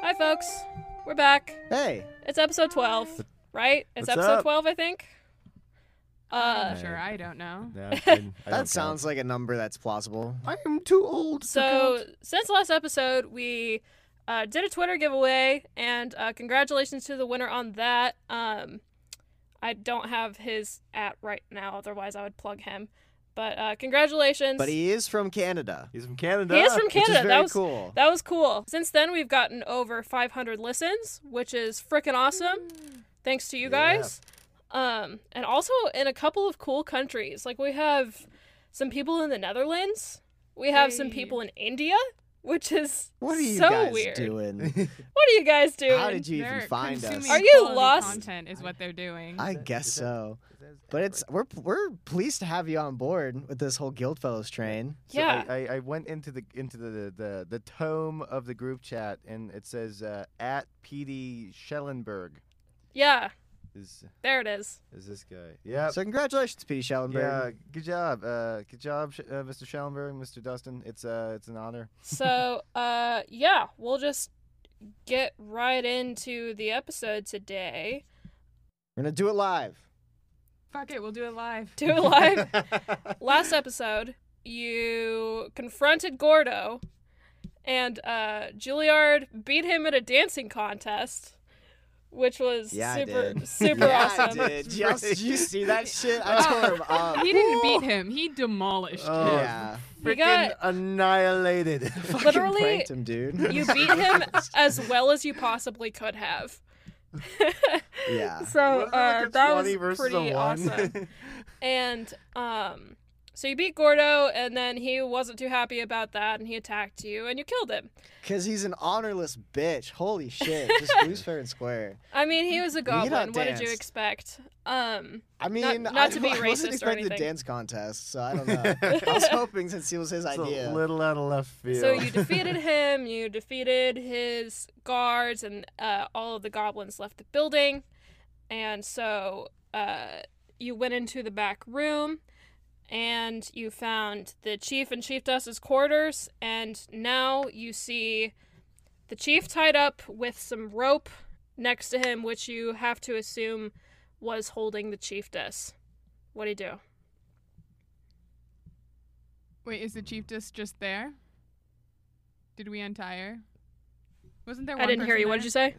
Hi, folks. We're back. Hey. It's episode 12, right? It's What's episode up? 12, I think. Uh, Sure, I don't know. No, I'm kidding. I don't That sounds like a number that's plausible. count. I am too old. to so, count. since last episode, we uh, did a Twitter giveaway, and uh, congratulations to the winner on that. Um, I don't have his at right now, otherwise, I would plug him. But uh, congratulations. But he is from Canada. he's from Canada. He is from Which Canada. is very that was cool. That was cool. Since then, we've gotten over 500 listens, which is freaking awesome. Thanks to Yeah. you guys. Um, and also in a couple of cool countries. Like, we have some people in the Netherlands, we have some Hey. people in India, which is what are you so guys weird. doing? What are you guys doing? How did you even They're find us? consuming Are you quality lost? Content is what they're doing. I guess so. But it's we're we're pleased to have you on board with this whole Guildfellows train. So Yeah. I, I, I went into the into the, the the tome of the group chat and it says uh, at PD Schellenberg yeah, is there it is. is this guy? Yep. So congratulations, P. yeah. Schellenberg. Good job. Uh, good job, Sh- uh, Mr. Schellenberg, Mr. Dustin. It's uh, it's an honor. So, uh, yeah, we'll just get right into the episode today. We're gonna do it live. Fuck it, we'll do it live. Do it live. last episode, you confronted Gordo, and uh, Juilliard beat him at a dancing contest, which was Yeah, I super did. super yeah, awesome. I did. Y'all- Did you see that shit? I tore him up. He didn't beat him. He demolished Oh. him. Yeah. You Freaking got- annihilated. Fucking Literally, pranked him, dude. You beat him as well as you possibly could have. yeah. so Wasn't it like uh, a that 20 was versus a one? pretty awesome. And um, so you beat Gordo, and then he wasn't too happy about that, and he attacked you, and you killed him. Cause he's an honorless bitch. Holy shit. Just loose, fair, and square. I mean, Mm, he was a goblin. What did you outdanced. expect? Um, I mean, I, not to be I racist or wasn't expecting anything. a dance contest, so I don't know. I was hoping since it was his it's idea. a little out of left field. So you defeated him, you defeated his guards, and uh, all of the goblins left the building. And so uh, you went into the back room and you found the chief and chief dust's quarters. And now you see the chief tied up with some rope next to him, which you have to assume was holding the chiefess. What do you do? Wait, is the chiefess just there? Did we untie her? Wasn't there? I one didn't hear person you. What there? did you say?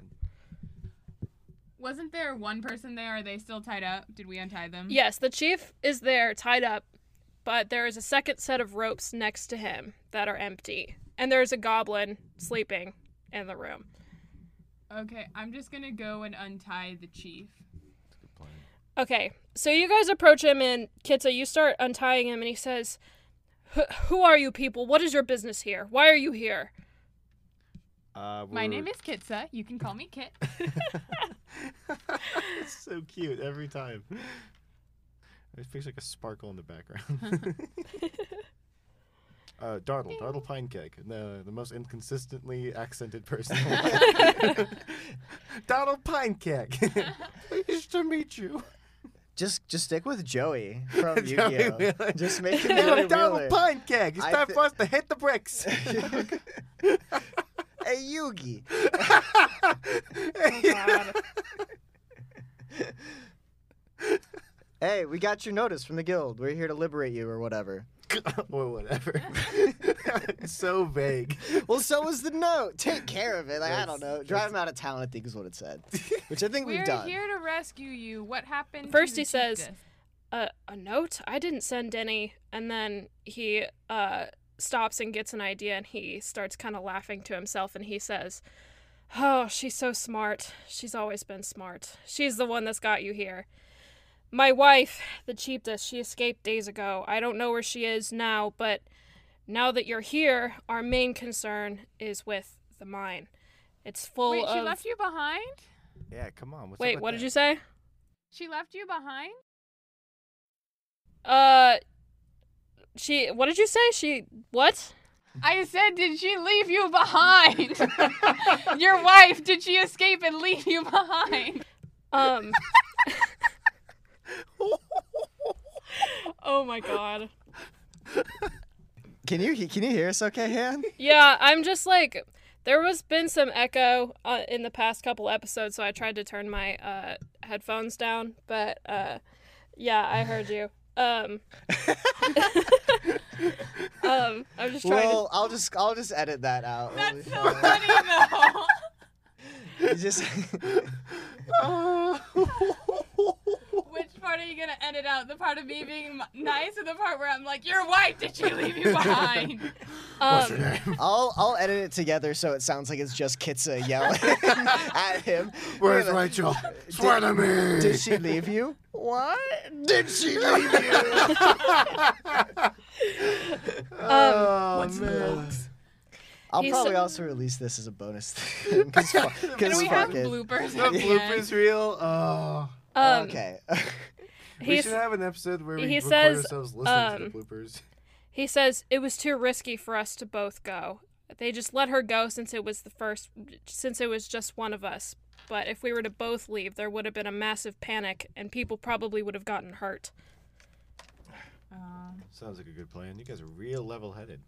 Wasn't there one person there? Are they still tied up? Did we untie them? Yes, the chief is there tied up, but there is a second set of ropes next to him that are empty. And there's a goblin sleeping in the room. Okay, I'm just gonna go and untie the chief. Okay, so you guys approach him, and Kitsa, you start untying him, and he says, "Who- Who are you people? What is your business here? Why are you here? Uh, My we're- name is Kitsa. You can call me Kit. It's so cute every time. It feels like a sparkle in the background. Uh, Dartle, Dartle Pinecake, the, the most inconsistently accented person. Dartle Pinecake, pleased to meet you. Just just stick with Joey from Joey Yu-Gi-Oh. Wheeler. Just make him Joey Darryl Wheeler. Pinecake, it's I time thi- for us to hit the bricks. Hey Yugi. God. Hey, we got your notice from the guild. We're here to liberate you or whatever. or whatever. It's so vague. Well, so was the note. Take care of it. Like, I don't That's- know. Drive him out of town, I think is what it said. Which I think We're we've done. here to rescue you. What happened? to First the he says- chiefess? a, a note? I didn't send any. And then he uh, stops and gets an idea and he starts kind of laughing to himself and he says, Oh, she's so smart. She's always been smart. She's the one that's got you here. My wife, the cheapest, she escaped days ago. I don't know where she is now, but now that you're here, our main concern is with the mine. It's full Wait, of. she left you behind? yeah, come on. What's up Wait, with what that? did you say? She left you behind? Uh, she. What did you say? She. What? I said, did she leave you behind? Your wife, did she escape and leave you behind? Um. oh my god. Can you he- can you hear us okay, Han? Yeah, I'm just like there was been some echo uh, in the past couple episodes, so I tried to turn my uh, headphones down, but uh, yeah, I heard you. Um. um. I'm just trying Well, I'll just I'll just edit that out. That's so funny, though. You just Which part are you going to edit out? The part of me being m- nice or the part where I'm like, your wife, did she leave you behind? to. Um, I'll I'll edit it together so it sounds like it's just Kitsa yelling at him. Where's Wait a minute. Rachel? Swear to me. Did she leave you? What? Did she leave you? oh, man. I'll He's- probably also release this as a bonus thing. Cause, fu- Do 'cause we have fuck it. bloopers? The at the bloopers reel. Oh, um, okay. we He's, should have an episode where we he record says, um, ourselves listening to the bloopers. He says it was too risky for us to both go. They just let her go since it was the first, since it was just one of us. But if we were to both leave, there would have been a massive panic, and people probably would have gotten hurt. Sounds like a good plan. You guys are real level-headed.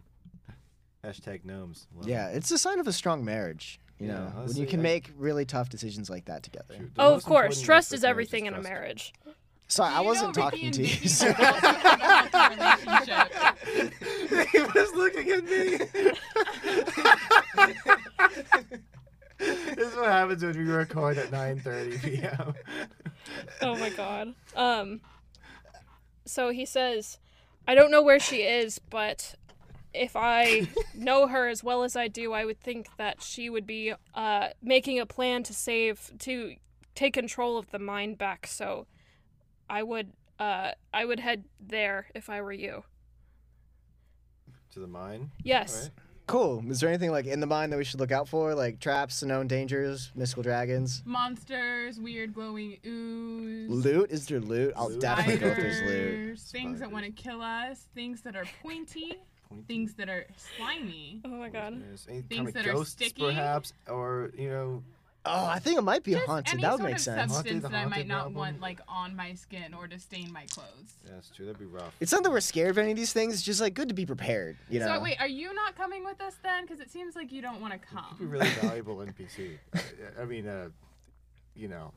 Hashtag gnomes. Love yeah, it. it's a sign of a strong marriage. You Yeah, know, when honestly, you can I- make really tough decisions like that together. Shoot, the oh, of most course, important trust word for is marriage everything in a trust. marriage. Sorry, I You know wasn't Ricky talking and to Vicky you. also have a healthy relationship. he was looking at me. this is what happens when we record at 9:30 p.m. oh my god. Um so he says, I don't know where she is, but if I know her as well as I do, I would think that she would be uh making a plan to save to take control of the mine back, so I would uh I would head there if I were you. to the mine. Yes. cool. Is there anything like in the mine that we should look out for, like traps, known dangers, mystical dragons? Monsters, weird glowing ooze. Loot? Is there loot? I'll Loot. definitely go if there's loot. Spiders, things that want to kill us, things that are pointy, things that are slimy. Oh my god. There's any Things kind of that are ghosts, sticky. perhaps, or you know, Oh, I think it might be a Just haunted. any That would sort make of sense. Haunted, substance the that I might haunted not album. want like on my skin or to stain my clothes. yeah, that's true. That'd be rough. It's not that we're scared of any of these things. It's just like good to be prepared. You know. So wait, are you not coming with us then? Because it seems like you don't want to It'd be come. really valuable NPC. I, I mean, uh, you know,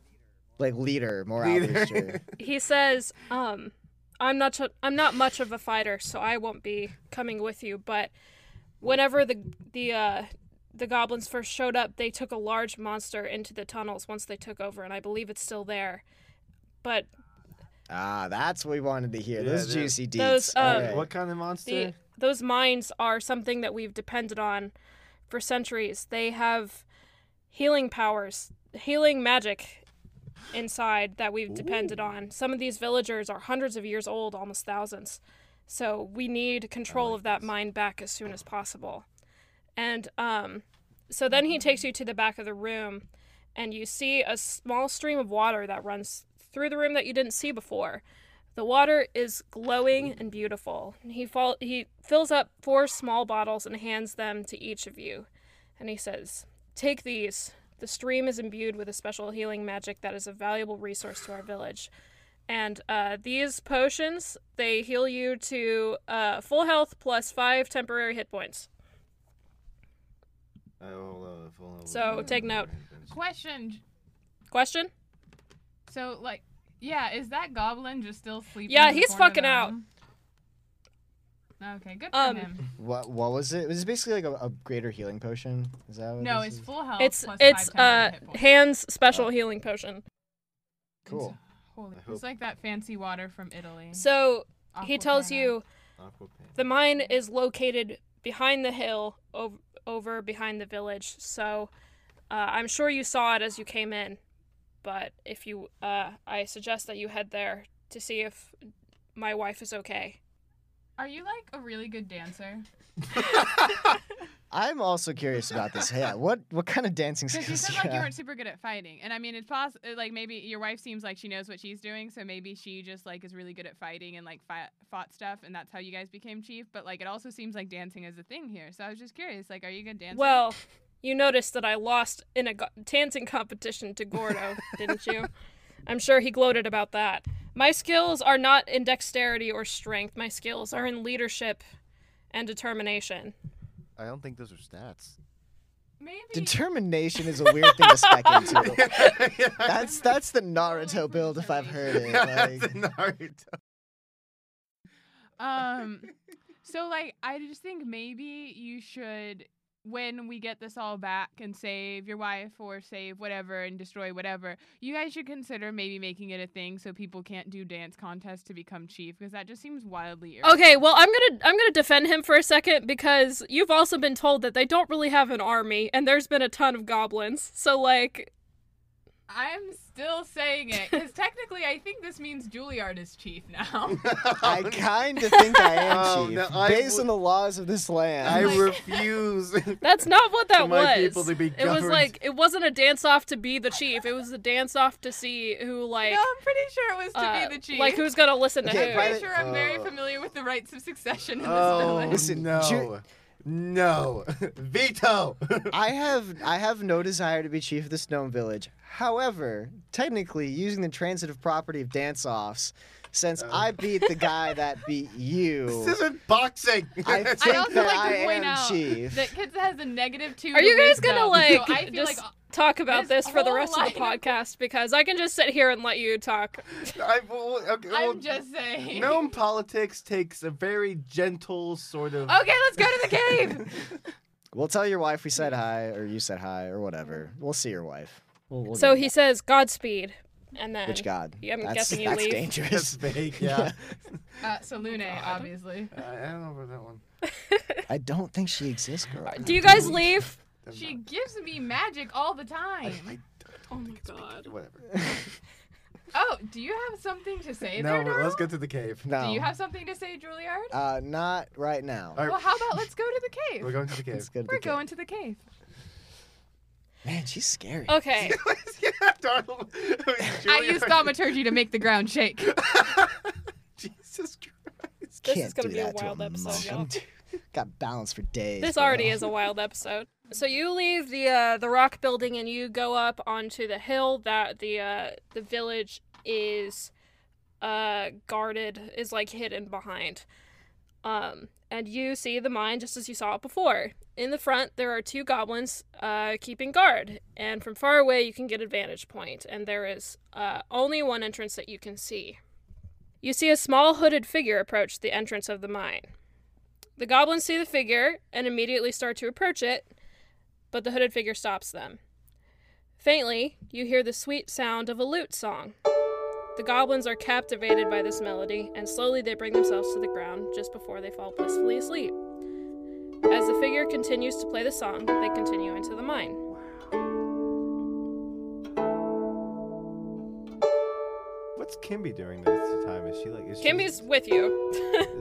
like leader, morale Leader. booster. He says, um, I'm not ch- I'm not much of a fighter, so I won't be coming with you. But whenever the the uh, the goblins first showed up, they took a large monster into the tunnels once they took over, and I believe it's still there. But ah, that's what we wanted to hear. Yeah, Those that- juicy deets. Those, All Uh, um, right. what kind of monster? the those mines are something that we've depended on for centuries. They have healing powers, healing magic inside that we've depended on. Some of these villagers are hundreds of years old, almost thousands. So we need control of that mine back as soon as possible. And um, so then he takes you to the back of the room, and you see a small stream of water that runs through the room that you didn't see before. The The water is glowing and beautiful. He fall- he fills up four small bottles and hands them to each of you. And he says, "Take these. The stream is imbued with a special healing magic that is a valuable resource to our village. And uh, these potions, they heal you to uh, full health plus five temporary hit points. I will, uh, follow- So, take note. Question. Question? So, like, yeah, is that goblin just still sleeping? Yeah, in the he's corner fucking out. room? Okay, good for Um, him. What what was it? It was basically like a, a greater healing potion. Is that what Oh, No, this it's is? full health. it's Oh, plus it's five uh temporary hit points. Oh. hands special healing potion. cool. Holy, I hope- it's like that fancy water from Italy. So he Aquapanna. tells you Aquapan. the mine is located behind the hill over, over behind the village. So uh, I'm sure you saw it as you came in, but if you, uh, I suggest that you head there to see if my wife is okay. Are you like a really good dancer? I'm also curious about this. Yeah, what what kind of dancing Because skills? you said do like you have? weren't super good at fighting, and I mean it's possible. Like maybe your wife seems like she knows what she's doing, so maybe she just like is really good at fighting and like fi- fought stuff, and that's how you guys became chief. But like it also seems like dancing is a thing here, so I was just curious. Like, are you a good dancer? Well, you noticed that I lost in a go- dancing competition to Gordo, didn't you? I'm sure he gloated about that. My skills are not in dexterity or strength. My skills are in leadership and determination. I don't think those are stats. maybe. Determination is a weird thing to spec into. that's that's the Naruto build if I've heard it. Like, Naruto. um, so like I just think maybe you should. When we get this all back and save your wife or save whatever and destroy whatever, you guys should consider maybe making it a thing so people can't do dance contests to become chief because that just seems wildly irresponsible. Okay, well, I'm going to I'm going to defend him for a second because you've also been told that they don't really have an army and there's been a ton of goblins. So like, I'm still saying it because technically, I think this means Juilliard is chief now. I kind of think I am Oh, chief, no, I based would- on the laws of this land. I refuse. that's not what that For my was. people to be it was governed. like it wasn't a dance off to be the chief. It was a dance off to see who like no, I'm pretty sure it was to uh, be the chief. Like who's gonna listen to Okay, I'm who? by pretty the- sure I'm very Oh. familiar with the rights of succession in this oh village. Listen, no, Ju- no, veto. I have I have no desire to be chief of this gnome village. However, technically, using the transitive property of dance offs, since I beat the guy that beat you, Oh. this isn't boxing. I I think also that like I to point am out chief. that Kids has a negative two. Are to you guys gonna wisdom, like So I feel just like talk about this this, for the whole rest of the line- podcast? Because I can just sit here and let you talk. I, well, okay, well, I'm just saying. Gnome politics takes a very gentle sort of. Okay, let's go to the cave. We'll tell your wife we said hi, or you said hi, or whatever. We'll see your wife. We'll, we'll So do he says Godspeed, and then that. which god? Yeah, I'm that's, guessing you that's leave. That's dangerous. vague. Yeah, uh, Salune, obviously. I, I don't know about that one. I don't think she exists, girl. Uh, Do you guys leave? I'm She gives me magic all the time. Oh my god. not- whatever. Oh, do you have something to say No, there, but let's Darryl? get to the cave. No. Do you have something to say, Juilliard? Uh, not right now. All right, Well, how about let's go to the cave? we're going to the cave. Let's go to the We're cave. going to the cave. Man, she's scary. Okay. yeah, Darnold. I use thaumaturgy to make the ground shake. Jesus Christ. This Can't is gonna do be a that to wild episode, monk. y'all. Got balance for days. This already girl. is a wild episode. So you leave the uh, the rock building and you go up onto the hill that the uh, the village is uh, guarded is like hidden behind. Um, and you see the mine just as you saw it before. In the front, there are two goblins uh, keeping guard, and from far away you can get a vantage point. And there is uh, only one entrance that you can see. You see a small hooded figure approach the entrance of the mine. The goblins see the figure and immediately start to approach it, but the hooded figure stops them. Faintly, you hear the sweet sound of a lute song. The goblins are captivated by this melody, and slowly they bring themselves to the ground just before they fall blissfully asleep. As the figure continues to play the song, they continue into the mine. What's Kimby doing this time? Is she like? Is she- Kimby's with you.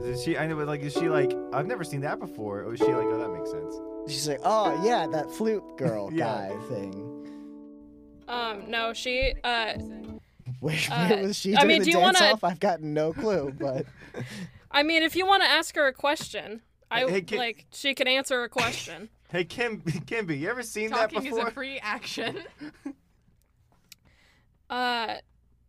Is she? I know, but like, is she like? I've never seen that before. Or is she like? Oh, that makes sense. She's like, oh yeah, that flute girl Yeah. guy thing. Um, no, she, uh, Where, Uh, where was she I during mean, the do you dance wanna- off? I've got no clue, but I mean, if you want to ask her a question, I Hey, Ki- like she can answer a question. Hey, Kim, Kimby, you ever seen that Talking is before? a free action. uh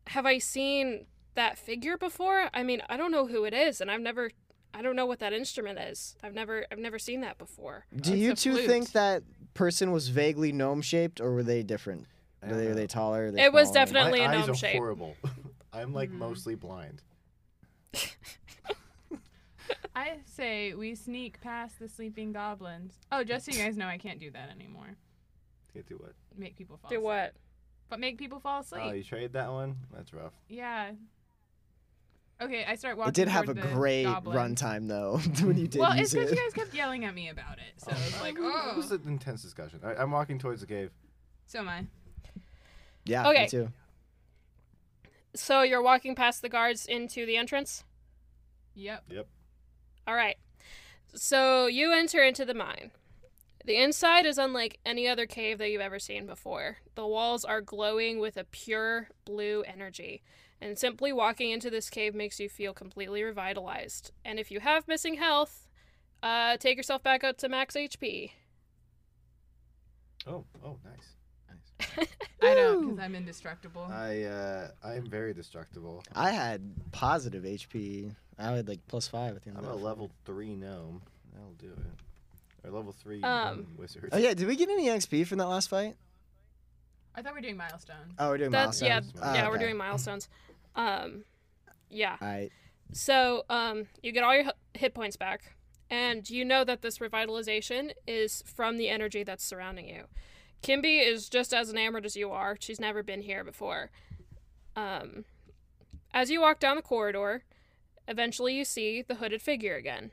have i seen that figure before i mean i don't know who it is and i've never i don't know what that instrument is i've never i've never seen that before do That's you a two flute. think that person was vaguely gnome shaped, or were they different? I Were don't they, were know. they taller? Were they It was smaller? definite- Definitely a My eyes gnome are shape. Hmm. horrible. I'm like Mhm. mostly blind. I say we sneak past the sleeping goblins. Oh, just so you guys know, I can't do that anymore. Can't do what? Make people fall. do asleep. what But make people fall asleep. Oh, you trade that one? That's rough. Yeah. Okay, I start walking. It did have a toward the great goblin. runtime though when you did well, it's use because it. you guys kept yelling at me about it, so it's like, It was- It oh, was an intense discussion. All right, I'm walking towards the cave. so am I. Yeah, Okay. me too. so you're walking past the guards into the entrance Yep. Yep. all right so you enter into the mine the inside is unlike any other cave that you've ever seen before the walls are glowing with a pure blue energy and simply walking into this cave makes you feel completely revitalized and if you have missing health uh, take yourself back up to max hp Oh, oh, nice. Nice. I don't, because I'm indestructible. Oh. I uh, I am very destructible. I had positive HP. I had like plus five at the end I'm of a that. level three gnome. That'll do it. Or level three Um, wizard. Oh yeah, did we get any XP from that last fight? I thought we were doing milestones. Oh, we're doing That's yeah, milestones. yeah. Oh, We're okay. doing milestones. Um, yeah. All right. So um, you get all your h- hit points back, and you know that this revitalization is from the energy that's surrounding you. Kimby is just as enamored as you are. She's never been here before. Um, as you walk down the corridor, eventually you see the hooded figure again.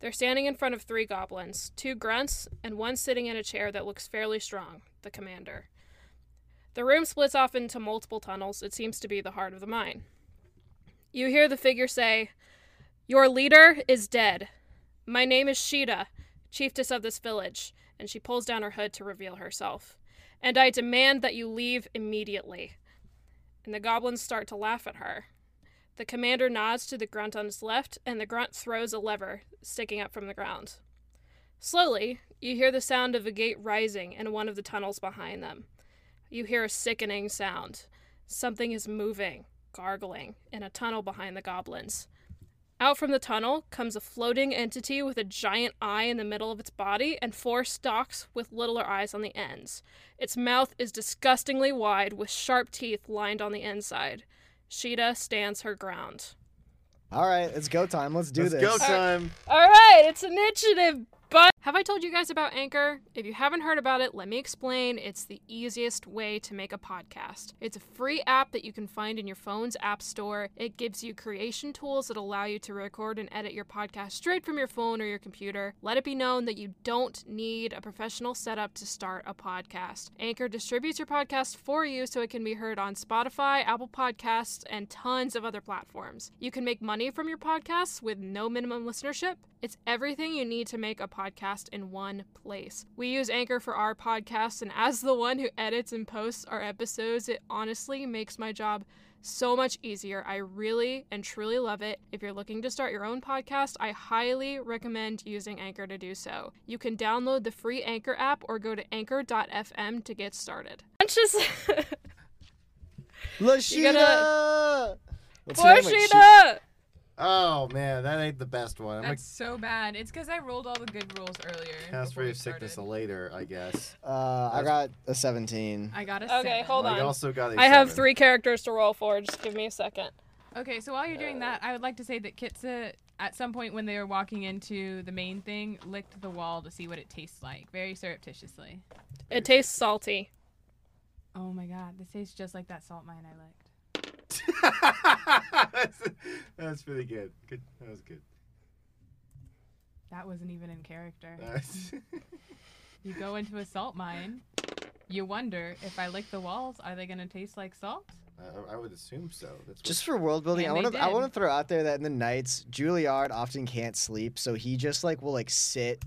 They're standing in front of three goblins, two grunts, and one sitting in a chair that looks fairly strong, the commander. The room splits off into multiple tunnels. It seems to be the heart of the mine. You hear the figure say, Your leader is dead. My name is Sheeta, chiefess of this village. And she pulls down her hood to reveal herself. And I demand that you leave immediately. And the goblins start to laugh at her. The commander nods to the grunt on his left, and the grunt throws a lever sticking up from the ground. Slowly, you hear the sound of a gate rising in one of the tunnels behind them. You hear a sickening sound. Something is moving, gargling, in a tunnel behind the goblins. Out from the tunnel comes a floating entity with a giant eye in the middle of its body and four stalks with littler eyes on the ends. Its mouth is disgustingly wide with sharp teeth lined on the inside. Sheeta stands her ground. All right, it's go time. Let's do Let's this. go time. All right, it's initiative, but have I told you guys about Anchor? If you haven't heard about it, let me explain. It's the easiest way to make a podcast. It's a free app that you can find in your phone's app store. It gives you creation tools that allow you to record and edit your podcast straight from your phone or your computer. Let it be known that you don't need a professional setup to start a podcast. Anchor distributes your podcast for you so it can be heard on Spotify, Apple Podcasts, and tons of other platforms. You can make money from your podcasts with no minimum listenership. It's everything you need to make a podcast in one place. We use Anchor for our podcasts, and as the one who edits and posts our episodes, it honestly makes my job so much easier. I really and truly love it. If you're looking to start your own podcast, I highly recommend using Anchor to do so. You can download the free Anchor app or go to anchor.fm to get started. Punches Lashida. Let's for hear it, like, she- Sheena! Oh man, that ain't the best one. I'm That's so bad. It's because I rolled all the good rolls earlier. gonna cast before we Ray of Sickness started. later, I guess. Uh, I got a 17. I got a Okay, seven. hold on. I also got a I have seven. three characters to roll for. Just give me a second. Okay, so while you're doing Uh, that, I would like to say that Kitsa, at some point when they were walking into the main thing, licked the wall to see what it tastes like, very surreptitiously. It tastes salty. Oh my god, this tastes just like that salt mine I licked. that's, that's pretty good. Good. That was good. That wasn't even in character. Nice. You go into a salt mine, you wonder if I lick the walls, are they gonna taste like salt? I, I would assume so. That's what- Just for world building, And I they want to I did. want to throw out there that in the nights, Juilliard often can't sleep, so he just like will like sit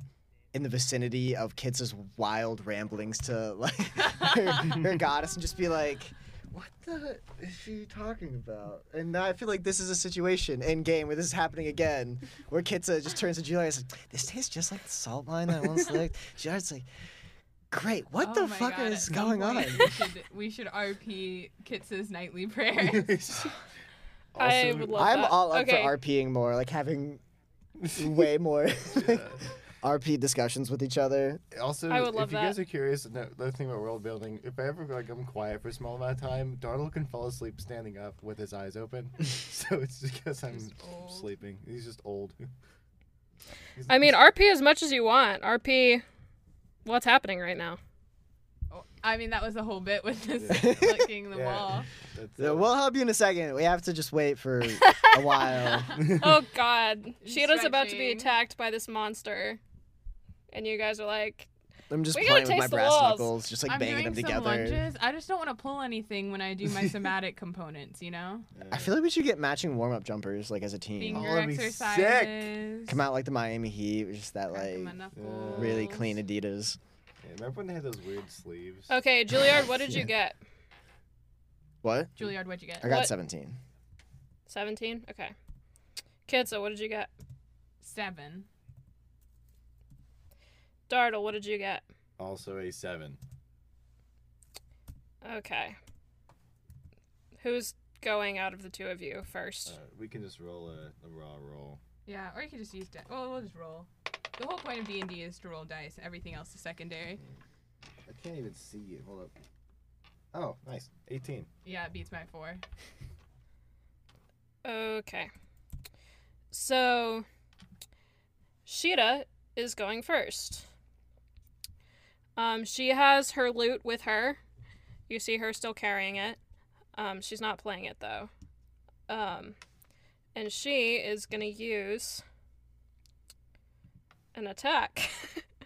in the vicinity of Kitz's wild ramblings to like her, her goddess and just be like, what the is she talking about? And now I feel like this is a situation in game where this is happening again, where Kitsa just turns to Julia and says, "This tastes just like the salt mine that I once licked." Julia's like, "Great, what Oh the my fuck God, at is some going on?" point We should, we should RP Kitsa's nightly prayer. I would love I'm that. all up okay. for RPing more, like having way more like, RP discussions with each other. Also, I would love if you guys that. are curious, ano- another thing about world building, if I ever like I'm quiet for a small amount of time, Darnold can fall asleep standing up with his eyes open. so it's just because I'm sleeping. He's just old. He's- I mean, RP as much as you want. RP, what's happening right now? Oh, I mean, that was a whole bit with this licking the Yeah. wall. that's So it. we'll help you in a second. We have to just wait for a while. Oh God, Sheila's about to be Stretching. attacked by this monster, and you guys are like, I'm just We gotta playing with my taste the brass walls. knuckles, just like I'm banging doing them some together. lunges. I just don't want to pull anything when I do my somatic components. You know, I feel like we should get matching warm-up jumpers, like as a team. finger that'd be sick. exercises. Come out like the Miami Heat, with just that cracking like my knuckles. really clean Adidas. Yeah, remember when they had those weird sleeves? okay, Juilliard, what did you get? What? Juilliard, what'd you get? I got What? 17. Seventeen. Okay. Kitsa, what did you get? Seven. Dartle, what did you get? Also a seven. Okay. Who's going out of the two of you Uh, first? we can just roll a, a raw roll. Yeah, or you could just use dice. Well, we'll just roll. The whole point of D and D is to roll dice. Everything else is secondary. I can't even see it. Hold up. Oh, nice. 18. Yeah, it beats my four. Okay. So, Sheeta is going first. Um, she has her loot with her. You see her still carrying it. Um, she's not playing it though. Um, and she is gonna use an attack.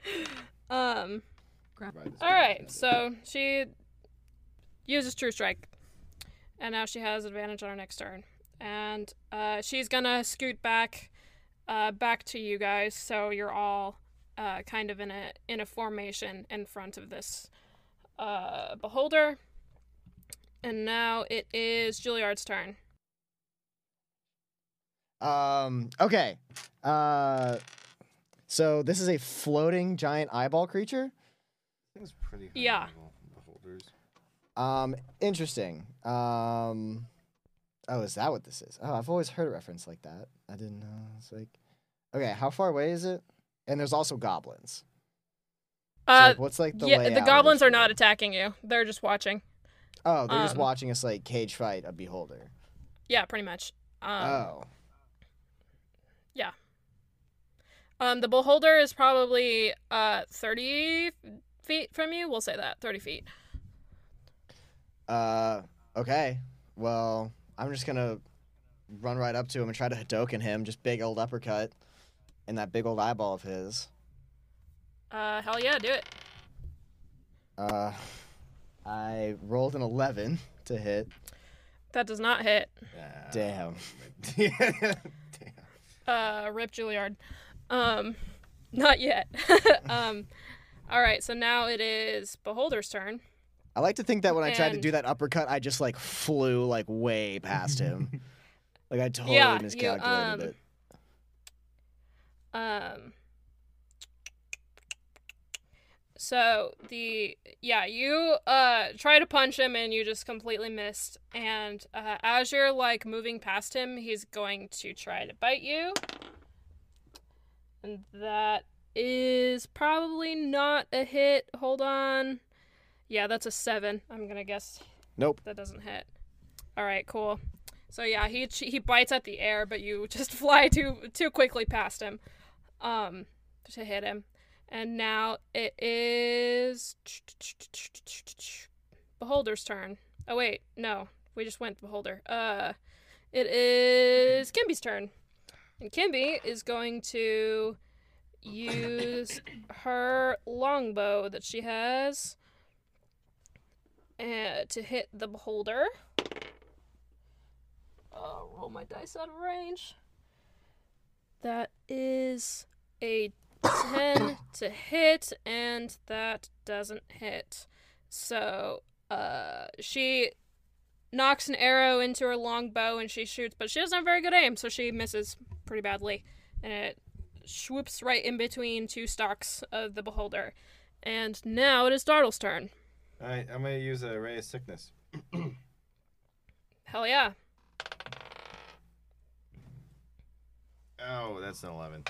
um, Ride this all back. right, so she uses True Strike, and now she has advantage on her next turn, and uh, she's gonna scoot back, uh, back to you guys, so you're all uh, kind of in a in a formation in front of this uh, beholder, and now it is Juilliard's turn. Um. Okay. Uh. So this is a floating giant eyeball creature. Thing's pretty high Yeah. level, Beholders. Um. Interesting. Um. Oh, is that what this is? Oh, I've always heard a reference like that. I didn't know. It's like, okay, how far away is it? And there's also goblins. So, Uh, like, what's like the yeah, layout the of goblins this are not room? attacking you; they're just watching. Oh, they're just um, watching us like cage fight a beholder. Yeah, pretty much. Um, oh. Um, the beholder is probably uh thirty feet from you. We'll say that thirty feet. Uh, okay. Well, I'm just gonna run right up to him and try to Hadoken him, just big old uppercut in that big old eyeball of his. Uh, hell yeah, do it. Uh, I rolled an 11 to hit. That does not hit. Ah, Damn. Damn. Uh, rip Juilliard. Um, not yet. um, all right. So now it is beholder's turn. I like to think that when I tried to And- do that uppercut, I just like flew like way past him. like I totally Yeah, you, miscalculated um, it. Um. So the yeah, you uh try to punch him and you just completely missed. And uh, as you're like moving past him, he's going to try to bite you. And that is probably not a hit. Hold on. Yeah, that's a seven. I'm gonna guess Nope. that doesn't hit. All right, cool. So yeah, he he bites at the air, but you just fly too too quickly past him, um, to hit him. And now it is beholder's turn. Oh wait, no, we just went beholder. Uh, it is Kimby's turn, and Kimby is going to use her longbow that she has uh, to hit the beholder. Oh, roll my dice out of range. That is a 10 to hit, and that doesn't hit. So, uh, she knocks an arrow into her long bow and she shoots, but she doesn't have very good aim, so she misses pretty badly. And it swoops right in between two stalks of the beholder. And now it is Dartle's turn. All right, I'm gonna use a ray of sickness. Hell yeah. Oh, that's an eleven.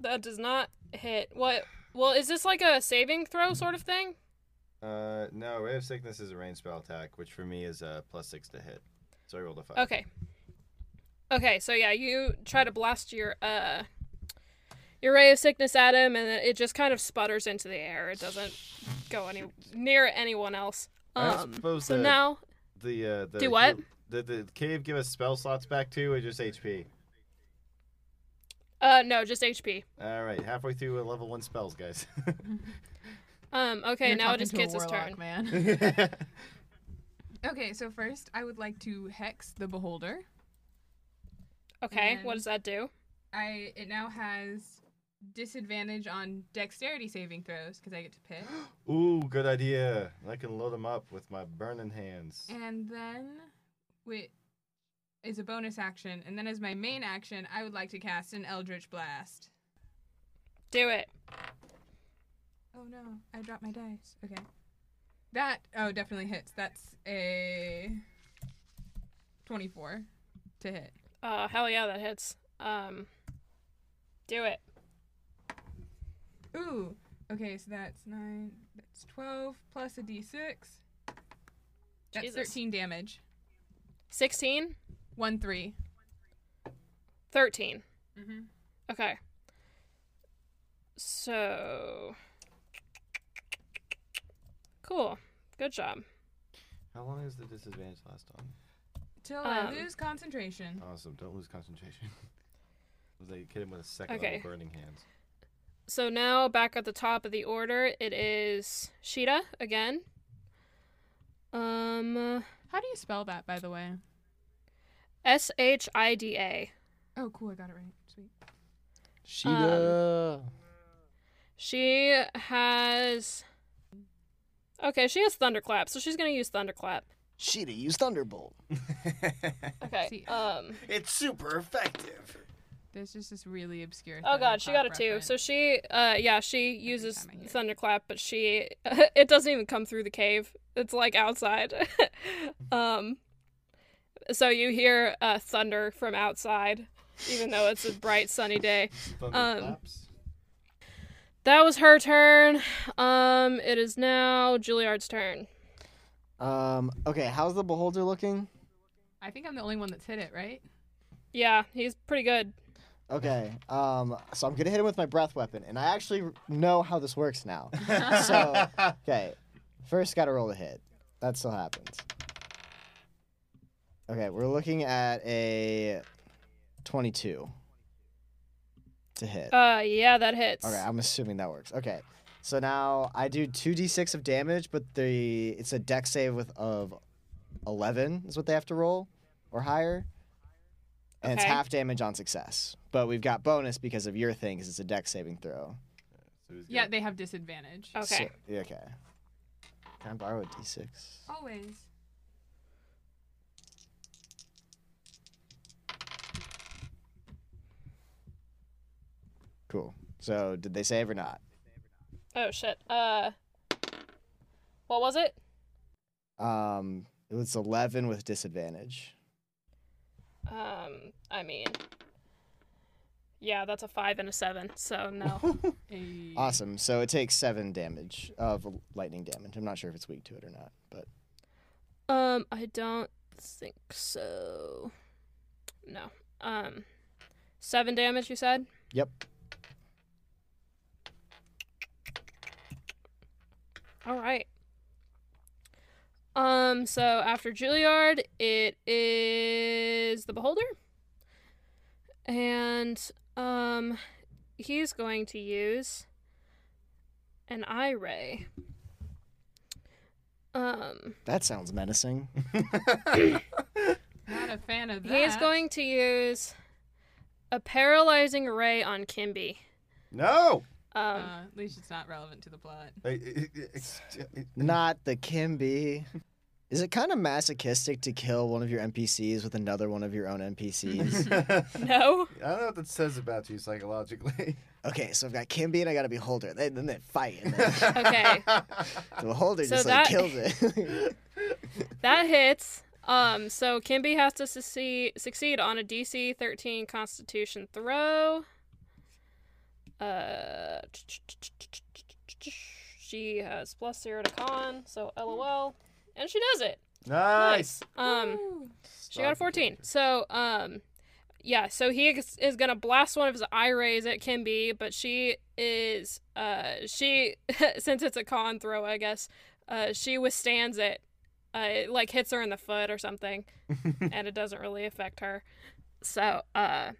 That does not hit. What? Well, is this like a saving throw sort of thing? Uh, no, ray of sickness is a range spell attack, which for me is a plus six to hit. So I rolled a five. Okay. Okay, so yeah, you try to blast your uh your ray of sickness at him and it just kind of sputters into the air. It doesn't go any near anyone else. I Um suppose so the- now The uh, the Do what? heal- The, the cave give us spell slots back too, or just HP? uh no, just HP. All right, halfway through a level one spells, guys. Um okay, You're now talking it is to a kids' warlock, turn. Man. Okay, so first I would like to hex the beholder. Okay, what And- does that do? I it now has disadvantage on dexterity saving throws because I get to pick. Ooh, good idea. I can load them up with my burning hands. And then, wait, is a bonus action. And then as my main action, I would like to cast an Eldritch Blast. Do it. Oh no, I dropped my dice. Okay. That, oh, definitely hits. That's a 24 to hit. Uh hell yeah, that hits. Um do it. Ooh, okay, so that's 9, that's 12 plus a d6. That's Jesus. 13 damage. 16? 1 3. 13. Mhm. Okay. So. Cool. Good job. How long is the disadvantage last on? Till I Um, lose concentration. Awesome. Don't lose concentration. they hit him with a second Okay. level burning hands. So now back at the top of the order, it is Sheeta again. Um, How do you spell that, by the way? S H I D A. Oh, cool, I got it right. Sweet. Um, Sheeta. She has. Okay, she has Thunderclap, so she's gonna use Thunderclap. Sheeta, use Thunderbolt. Okay. See- Um. It's super effective. There's just this really obscure. Oh god, she got a Thunderclap two. So reference. she, uh, yeah, she uses time I hear it. thunderclap, but she, it doesn't even come through the cave. It's like outside. um, so you hear uh, thunder from outside, even though it's a bright sunny day. Thunder Um, claps. That was her turn. Um, it is now Juilliard's turn. Um. Okay, how's the beholder looking? I think I'm the only one that's hit it, right? Yeah, he's pretty good. Okay. Um. So I'm gonna hit him with my breath weapon, and I actually r- know how this works now. so okay, first gotta roll a hit. That still happens. Okay, we're looking at a twenty-two to hit. Uh, yeah, that hits. Okay, I'm assuming that works. Okay. So now I do 2d6 of damage, but the it's a deck save with of 11 is what they have to roll or higher. And it's Okay. half damage on success. But we've got bonus because of your thing 'cause it's a deck saving throw. So he's Yeah, got- they have disadvantage. Okay. So- yeah, okay. Can I borrow a d6? Always. Cool. So did they save or not? Oh shit. Uh, what was it? Um it was 11 with disadvantage. Um, I mean, yeah, that's a five and a seven, so no. A- Awesome. So it takes 7 damage of lightning damage. I'm not sure if it's weak to it or not, but um, I don't think so. No. Um, seven damage, you said? yep. All right. Um, so after Juilliard, it is the Beholder. And, um, he's going to use an eye ray. Um, That sounds menacing. Not a fan of that. He is going to use a paralyzing ray on Kimby. No. Um, Uh, at least it's not relevant to the plot. I- I- I- ex- I- Not the Kimby. Is it kind of masochistic to kill one of your NPCs with another one of your own NPCs? No. I don't know what that says about you psychologically. okay, so I've got Kimby and I got a Beholder. They, then they fight. And then Okay. the Beholder So just that- like kills it. That hits. Um, so Kimby has to succeed succeed on a DC 13 Constitution throw. Uh, she has plus zero to con, so lol, and she does it. nice. Um, she got a 14. So um, yeah. So he is is gonna blast one of his eye rays at Kimby, but she is uh she since it's a con throw, I guess uh she withstands it. Uh, it like hits her in the foot or something, and it doesn't really affect her. So uh.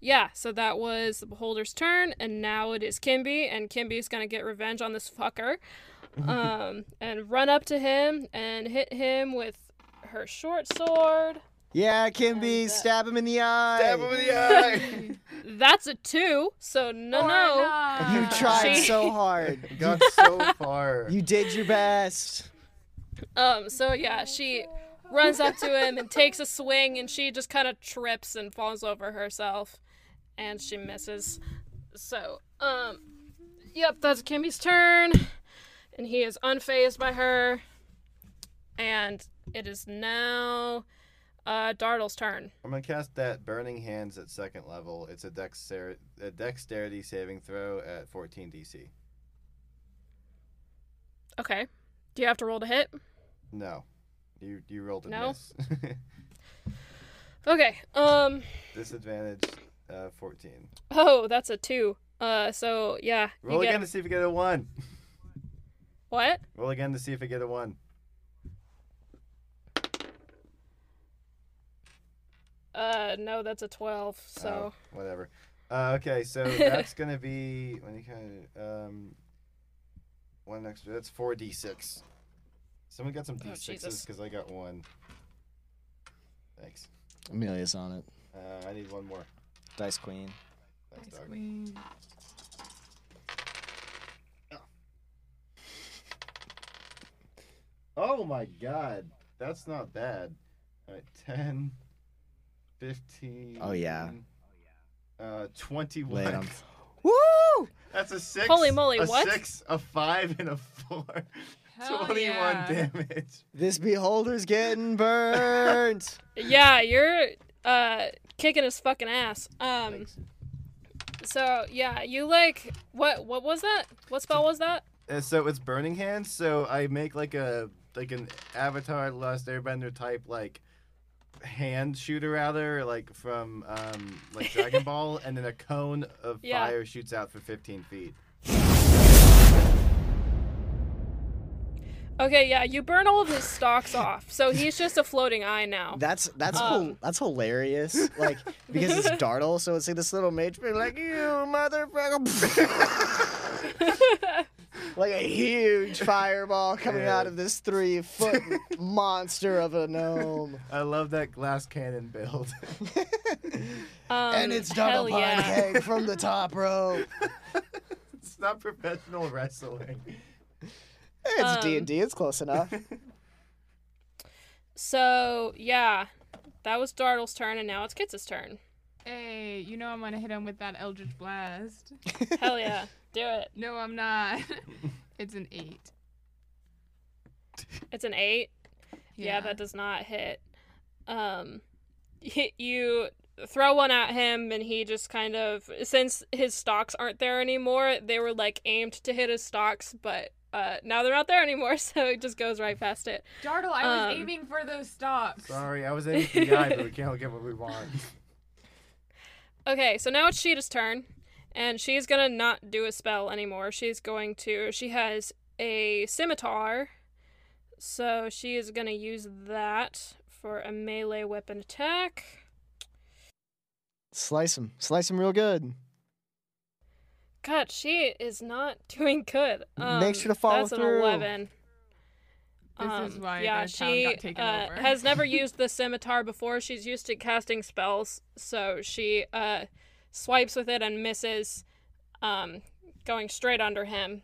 Yeah, so that was the beholder's turn, and now it is Kimby, and Kimby's gonna get revenge on this fucker, um, and run up to him and hit him with her short sword. yeah, uh, Kimby, stab him in the eye. Stab him in the eye. That's a two, so no, no. You tried She- so hard. got so far. You did your best. Um, so yeah, she runs up to him and takes a swing, and she just kind of trips and falls over herself, and she misses. So, um, yep, that's Kimmy's turn, and he is unfazed by her, and it is now uh, Dartle's turn. I'm gonna cast that Burning Hands at second level. It's a dexterity, a dexterity saving throw at 14 DC. Okay, do you have to roll to hit? No, you you rolled a No? miss. Okay, um, Disadvantage, uh, 14. oh, that's a two. Uh, so yeah, you Roll get- again to see if you get a one. What? Roll again to see if I get a one. Uh, no, that's a 12. So, Oh, whatever. Uh, okay, so that's gonna be when you kind of um, one extra. That's four d six. Someone got some d sixes Oh, Jesus. because I got one. Thanks. Amelia's on it. Uh, I need one more. Dice Queen. Thanks, dog. Oh my god, that's not bad. All right, 10, 15. Oh, yeah. Uh, 21. Lay it on. Woo! That's a six. Holy moly, a what? Six, a five, and a four. Hell 21 yeah. damage. This beholder's getting burned. yeah, you're uh kicking his fucking ass. Um Thanks. so yeah, you like what what was that? What spell was that? Uh, so it's burning hands. So I make like a like an Avatar Last Airbender type like hand shooter rather like from um like Dragon Ball, and then a cone of Yeah. fire shoots out for 15 feet. Okay, yeah, you burn all of his stalks off. So he's just a floating eye now. That's that's Uh, hol- that's hilarious. Like because it's Dartle, so it's like this little mage being like you motherfucker, like a huge fireball coming out of this three foot monster of a gnome, I love that glass cannon build. um, and it's hell Dartle yeah. hang from the top rope. it's not professional wrestling. Um, It's D and D. It's close enough. So yeah, that was Dartle's turn and now it's Kitz's turn. Hey, you know I'm gonna hit him with that Eldritch Blast. Hell yeah. Do it. No, I'm not. it's an eight. It's an 8. Yeah. that does not hit. Um, y- you throw one at him, and he just kind of, since his stocks aren't there anymore, they were like aimed to hit his stocks, but uh, now they're not there anymore, so it just goes right past it. Dartle, I was Um, aiming for those stocks. Sorry, I was aiming for the eye, but we can't get what we want. Okay, so now it's Sheeta's turn, and she's gonna not do a spell anymore. She's going to. She has a scimitar, so she is gonna use that for a melee weapon attack. Slice him, slice him real good. God, she is not doing good. Um, Make sure to follow that's An through. Eleven. This is Um, why yeah, their town she got taken uh, over. has never used the scimitar before. She's used to casting spells, so she uh, swipes with it and misses, um, going straight under him.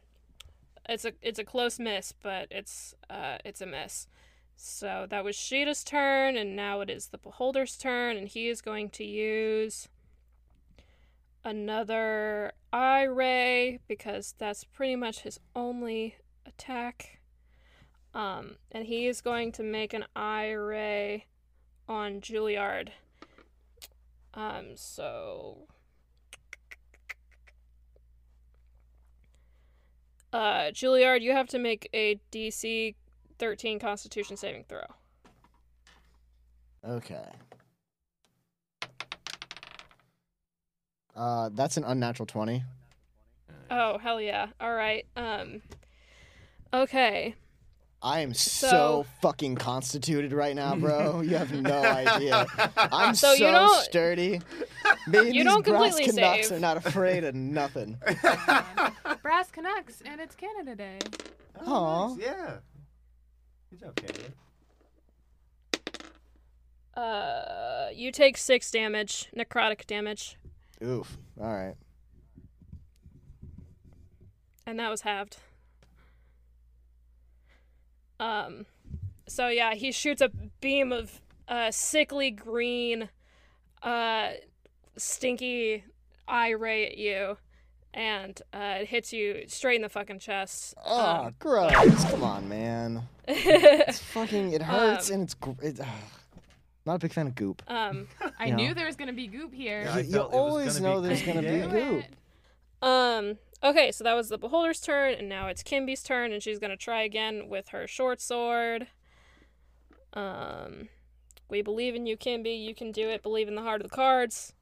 It's a it's a close miss, but it's uh it's a miss. So that was Sheeta's turn, and now it is the beholder's turn, and he is going to use another eye ray because that's pretty much his only attack. Um, and he is going to make an eye ray on Juilliard. Um, so Uh, Juilliard, you have to make a DC 13 Constitution saving throw. Okay. Uh, that's an unnatural 20. Oh hell yeah! All right. Um. Okay. I am so, So- fucking constituted right now, bro. You have no idea. I'm So so, you don't- sturdy. Me and You these don't brass completely Canucks save. are not afraid of nothing. Brass Canucks, and it's Canada Day. Aw. nice, Yeah. Good job, Caleb. Uh, you take six damage, necrotic damage, Oof. All right. and that was halved. Um, so yeah, he shoots a beam of uh sickly green, uh, stinky eye ray at you, and uh, it hits you straight in the fucking chest. Oh, Um, gross. Come on, man. It's fucking, it hurts and it's, gr- it, ugh. not a big fan of goop. um, I Yeah. knew there was gonna be goop here. Yeah, I you felt it was always gonna know be there's creepy, gonna be yeah. goop. Um. Okay, so that was the beholder's turn, and now it's Kimby's turn, and she's gonna try again with her short sword. Um, we believe in you, Kimby. You can do it. Believe in the heart of the cards.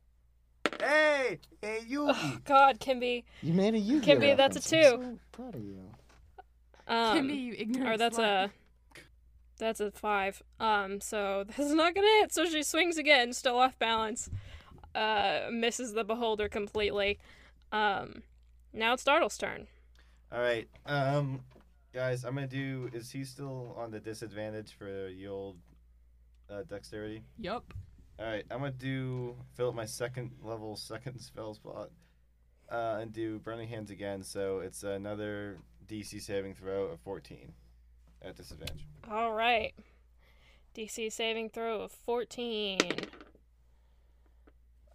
Hey, hey, you. Oh God, Kimby. You made a Yu-Gi-Oh! Can't be, that's a reference. two. I'm so proud of you. Um, Give me, you ignorant or that's slut. a that's a five. Um, so this is not gonna hit. So she swings again, still off balance. Uh, misses the beholder completely. Um, now it's Dartle's turn. All right, um, guys, I'm gonna do. Is he still on the disadvantage for the old uh, dexterity? Yup. All right, I'm gonna do fill up my second level second spell slot, uh, and do burning hands again. So it's another DC saving throw of 14 at disadvantage. All right. DC saving throw of 14.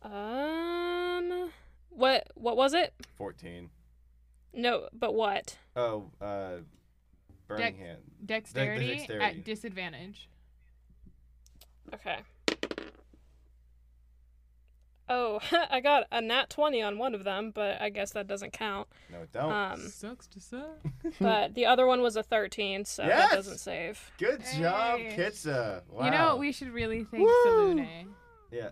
Um what what was it? 14. No, but what? Oh, uh, burning Dex- hand. Dexterity, dexterity. at disadvantage. Okay. Oh, I got a nat 20 on one of them, but I guess that doesn't count. No, don't. Uh, Um Sucks to suck. but the other one was a 13, so Yes! that doesn't save. Good job, Hey. Kitsa. Wow. You know what? We should really thank Woo! Salune. Yeah.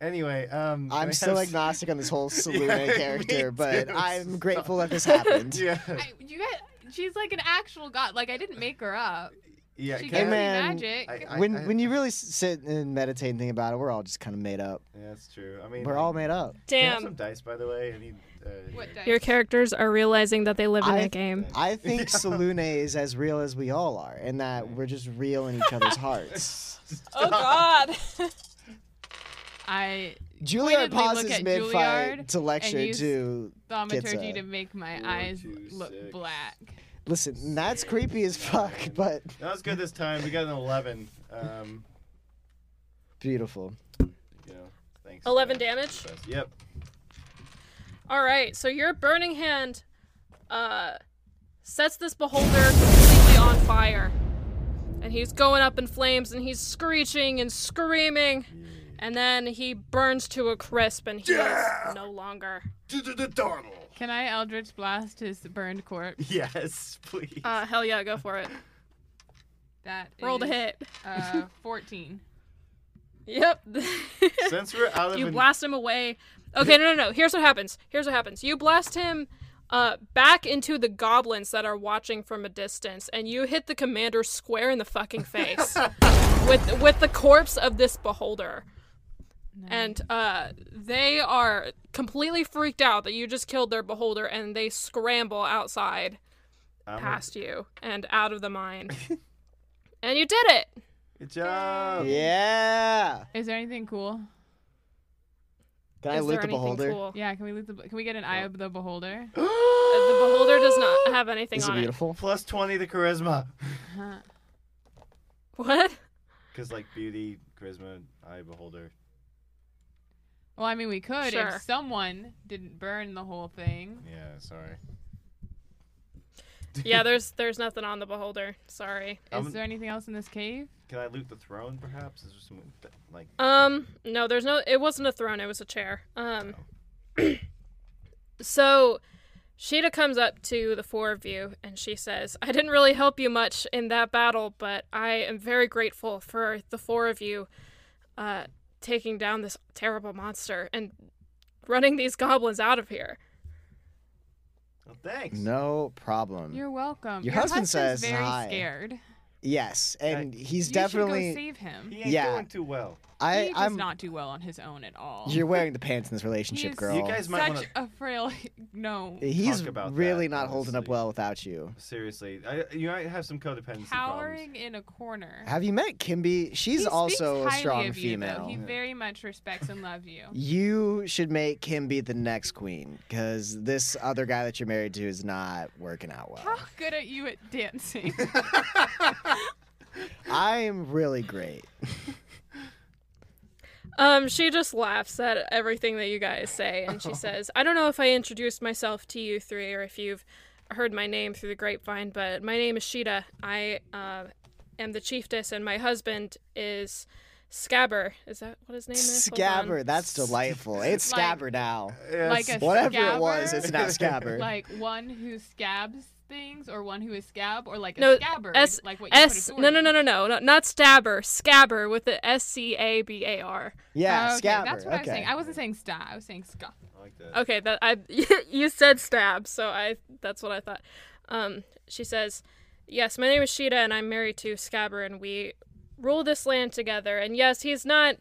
Anyway, um. I'm I still have- agnostic on this whole Salune me character, but too. I'm grateful that this happened. Yeah. I, you guys, she's like an actual god. Like I didn't make her up. Yeah. she Kat- gave me man, magic. I- I- When I- when you really s- sit and meditate and think about it, we're all just kind of made up. Yeah, that's true. I mean, We're all made up. Can I have some Damn. dice, by the way. I need. Uh, what dice? Your characters are realizing that they live in I- that game. I think Salune is as real as we all are, and that we're just real in each other's hearts. Oh god. I Juilliard Pointedly look pauses at mid Juilliard fight to and lecture use- to uh, thaumaturgy a- to make my Four, eyes two, look six. black. listen. That's creepy as fuck, but That was good this time. We got an eleven. Um, beautiful. you know, thanks. 11 guys. damage. Yep. All right, so your burning hand uh, sets this beholder completely on fire. And he's going up in flames and he's screeching and screaming. And then he burns to a crisp and he is no longer. Can I Eldritch Blast his burned corpse? Yes, please. Uh, hell yeah, go for it. That Roll to is, hit. Uh, fourteen. Yep. Since we're out of you an- blast him away. Okay, no, no, no. Here's what happens. Here's what happens. You blast him uh, back into the goblins that are watching from a distance, and you hit the commander square in the fucking face with with the corpse of this beholder. And uh, they are completely freaked out that you just killed their beholder, and they scramble outside Uh-huh. I'm a- past you and out of the mine. and you did it. Oh. Good job. Yeah. Is there anything cool? Can I Is there loot the anything beholder? Cool? Yeah, can we loot the, can we get an eye of the beholder? Uh, the beholder does not have anything Is it on it. beautiful? Plus 20 to charisma. Huh. What? Because, like, beauty, charisma, eye beholder. Well, I mean, we could Sure. if someone didn't burn the whole thing. Yeah, sorry. Yeah, there's there's nothing on the beholder. Sorry. I'm- Um, Is there anything else in this cave? Can I loot the throne, perhaps? Is there some, th- like, Um, no, there's no. It wasn't a throne. It was a chair. Um, so Sheeta comes up to the four of you and she says, "I didn't really help you much in that battle, but I am very grateful for the four of you, uh, taking down this terrible monster and running these goblins out of here." well, oh, thanks. No mm. problem. You're welcome. Your husband husband's says very hi. scared. Yes, and he's you definitely. should go save him. He ain't Yeah. doing too well. I, he does I'm. not do well on his own at all. You're wearing the pants in this relationship, He's- girl. You guys might Such want to. a frail. No. he's talk about really that, not holding up honestly. well without you. Seriously, I, you might have some codependency problems. Cowering in a corner. Have you met Kimby? She's He speaks also a highly strong of you, female. Though. He very much respects and loves you. You should make Kimby the next queen, because this other guy that you're married to is not working out How well. good are you at dancing? I'm really great. Um, she just laughs at everything that you guys say, and she says, "I don't know if I introduced myself to you three or if you've heard my name through the grapevine, but my name is Sheeta. I uh, am the chiefess, and my husband is Scabber. Is that what his name is? Hold on. Scabber, that's delightful. It's Like- Scabber now. like a Whatever it was, scabber? it's now Scabber. like one who scabs things, or one who is scab, or like a No, scabbard, S like what you put a S. sword No, no, in. no, no, no, no, not Stabber. Scabber with the S C A B A R. yeah, Oh, okay, Scabber. That's what I was okay. saying. I wasn't saying stab. I was saying scab. I like that. Okay, that I you said stab, so I that's what I thought. Um, she says, "Yes, my name is Sheeta, and I'm married to Scabber, and we rule this land together. And yes, he's not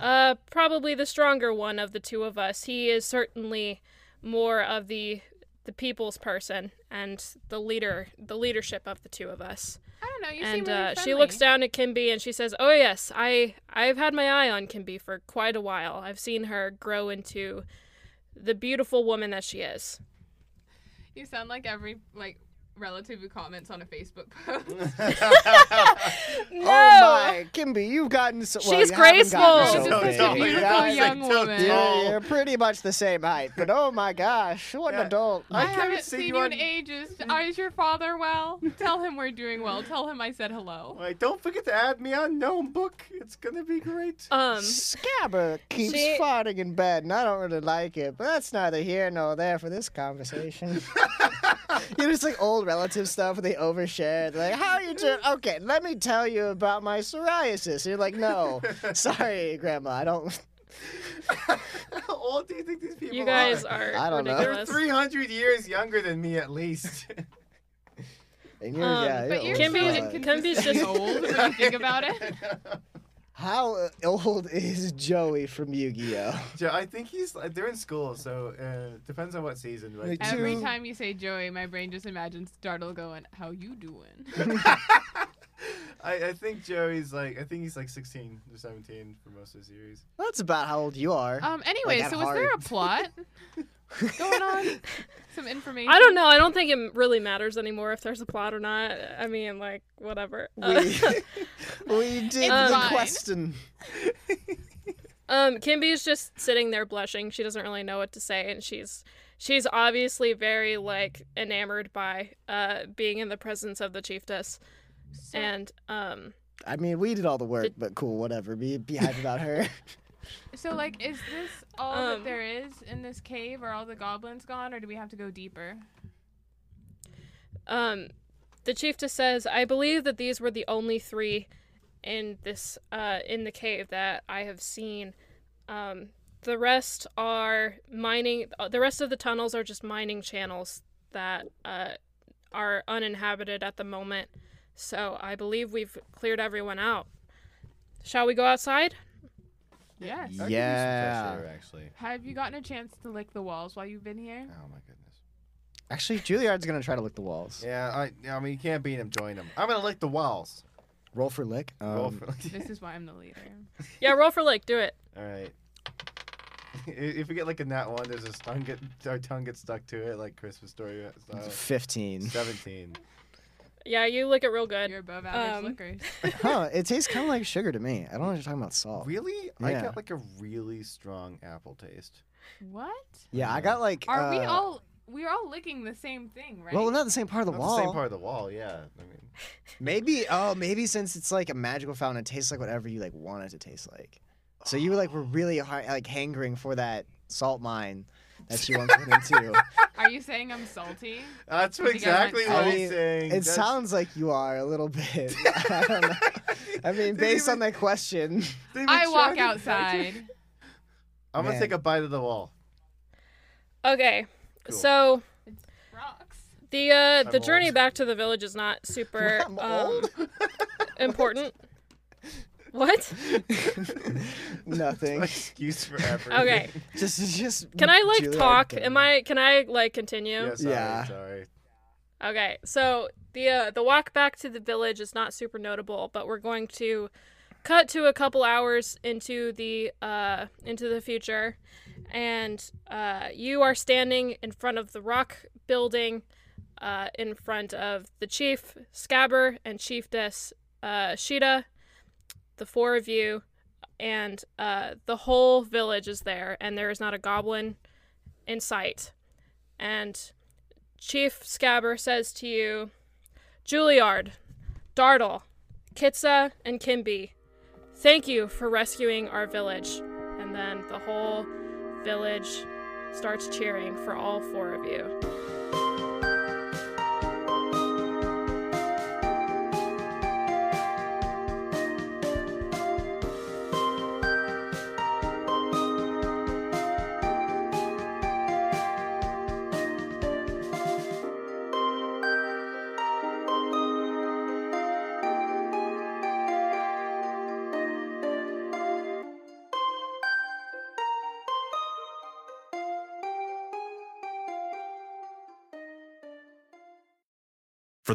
uh probably the stronger one of the two of us. He is certainly more of the the people's person and the leader, the leadership of the two of us." I don't know. You seem and really uh, she looks down friendly. at Kimby and she says, "Oh yes, I I've had my eye on Kimby for quite a while. I've seen her grow into the beautiful woman that she is." You sound like every like relative who comments on a Facebook post. Oh my, Kimby, you've gotten so. well, She's you haven't gotten graceful. so She's big. just a You beautiful guys- young You're, tall. you're pretty much the same height, but oh my gosh, what an Yeah. adult. I I haven't haven't seen seen you you in on- ages. Uh, Is your father well? Tell him we're doing well. Tell him I said hello. Wait, don't forget to add me on Gnome Book. It's gonna be great. Um, Scabber keeps she- farting in bed, and I don't really like it, but that's neither here nor there for this conversation. you know, it's like old relative stuff, and they overshare. They're like, "How you doing? Okay, let me tell you about my psoriasis." And you're like, "No, sorry, Grandma, I don't." How old do you think these people you guys are? are I don't know. They're They're ridiculous. 300 years younger than me, at least. And you're, Um, yeah, but But you're you're old Can so be- as Kimby's- can hell. be inconsistently just- old when you think about it. How old is Joey from Yu-Gi-Oh? Jo- I think he's. like, They're in school, so uh, depends on what season. But Like Every Two. time you say Joey, my brain just imagines Dartle going, "How you doing?" I, I think Joey's like. I think he's like 16 or 17 for most of the series. That's about how old you are. Um. Anyway, at so was there a heart. plot going on? Some information. I don't know. I don't think it really matters anymore if there's a plot or not. I mean, like whatever. Uh, we, we did the It's fine. question. Um, Kimby is just sitting there blushing. She doesn't really know what to say, and she's she's obviously very like enamored by uh being in the presence of the chiefess, So- and um, I mean, we did all the work, but cool, whatever. Be be hype about her. So, like, is this all Um, that there is in this cave? Are all the goblins gone, or do we have to go deeper? um, the chiefess says, "I believe that these were the only three in this uh in the cave that I have seen. Um, the rest are mining. uh, The rest of the tunnels are just mining channels that uh are uninhabited at the moment. So I believe we've cleared everyone out. Shall we go outside? I could Yes. use some fresh Yeah. air, actually. Have you gotten a chance to lick the walls while you've been here? Oh my goodness. Actually, Juilliard's gonna try to lick the walls. Yeah. I. yeah, I mean, you can't beat him. Join him. I'm gonna lick the walls. Roll for lick. Um, Roll for- This is why I'm the leader. Yeah, roll for lick. Do it. All right. if we get like a nat one, there's a tongue get our tongue gets stuck to it like Christmas story uh, style. 15. Seventeen. Yeah, you look it real good. You're above average Um, lookers. huh, it tastes kind of like sugar to me. I don't know what you're talking about salt. Really? I Yeah. got like a really strong apple taste. What? Yeah, I got like. Are we uh, all? We're all licking the same thing, right? Well, we're not the same part of the Not wall. the same part of the wall. Yeah. I mean, Maybe. Oh, maybe since it's like a magical fountain, it tastes like whatever you like want it to taste like. So you like were really hi- like hankering for that salt mine that you once went into. Are you saying I'm salty? that's Did you get one? exactly I what mean, he's saying. It That's- sounds like you are a little bit. I don't know. I mean, Didn't based on even- that question, They I were walk trying to- outside. I'm gonna Man. take a bite of the wall. Okay, Cool. so Rocks. the uh, the I'm journey old. back to the village is not super um, I'm old? important. What? nothing. My excuse for everything. Okay. Just, just. Can I like Julia, talk? don't- Am I? Can I like continue? Yeah. Sorry. Yeah. Sorry. Okay, so the uh, the walk back to the village is not super notable, but we're going to cut to a couple hours into the uh, into the future, and uh, you are standing in front of the rock building, uh, in front of the chief Scabber and chiefess uh, Sheeta, the four of you, and uh, the whole village is there, and there is not a goblin in sight, and. Chief Scabber says to you, Juilliard, Dartle, Kitsa, and Kimby, thank you for rescuing our village. And then the whole village starts cheering for all four of you. For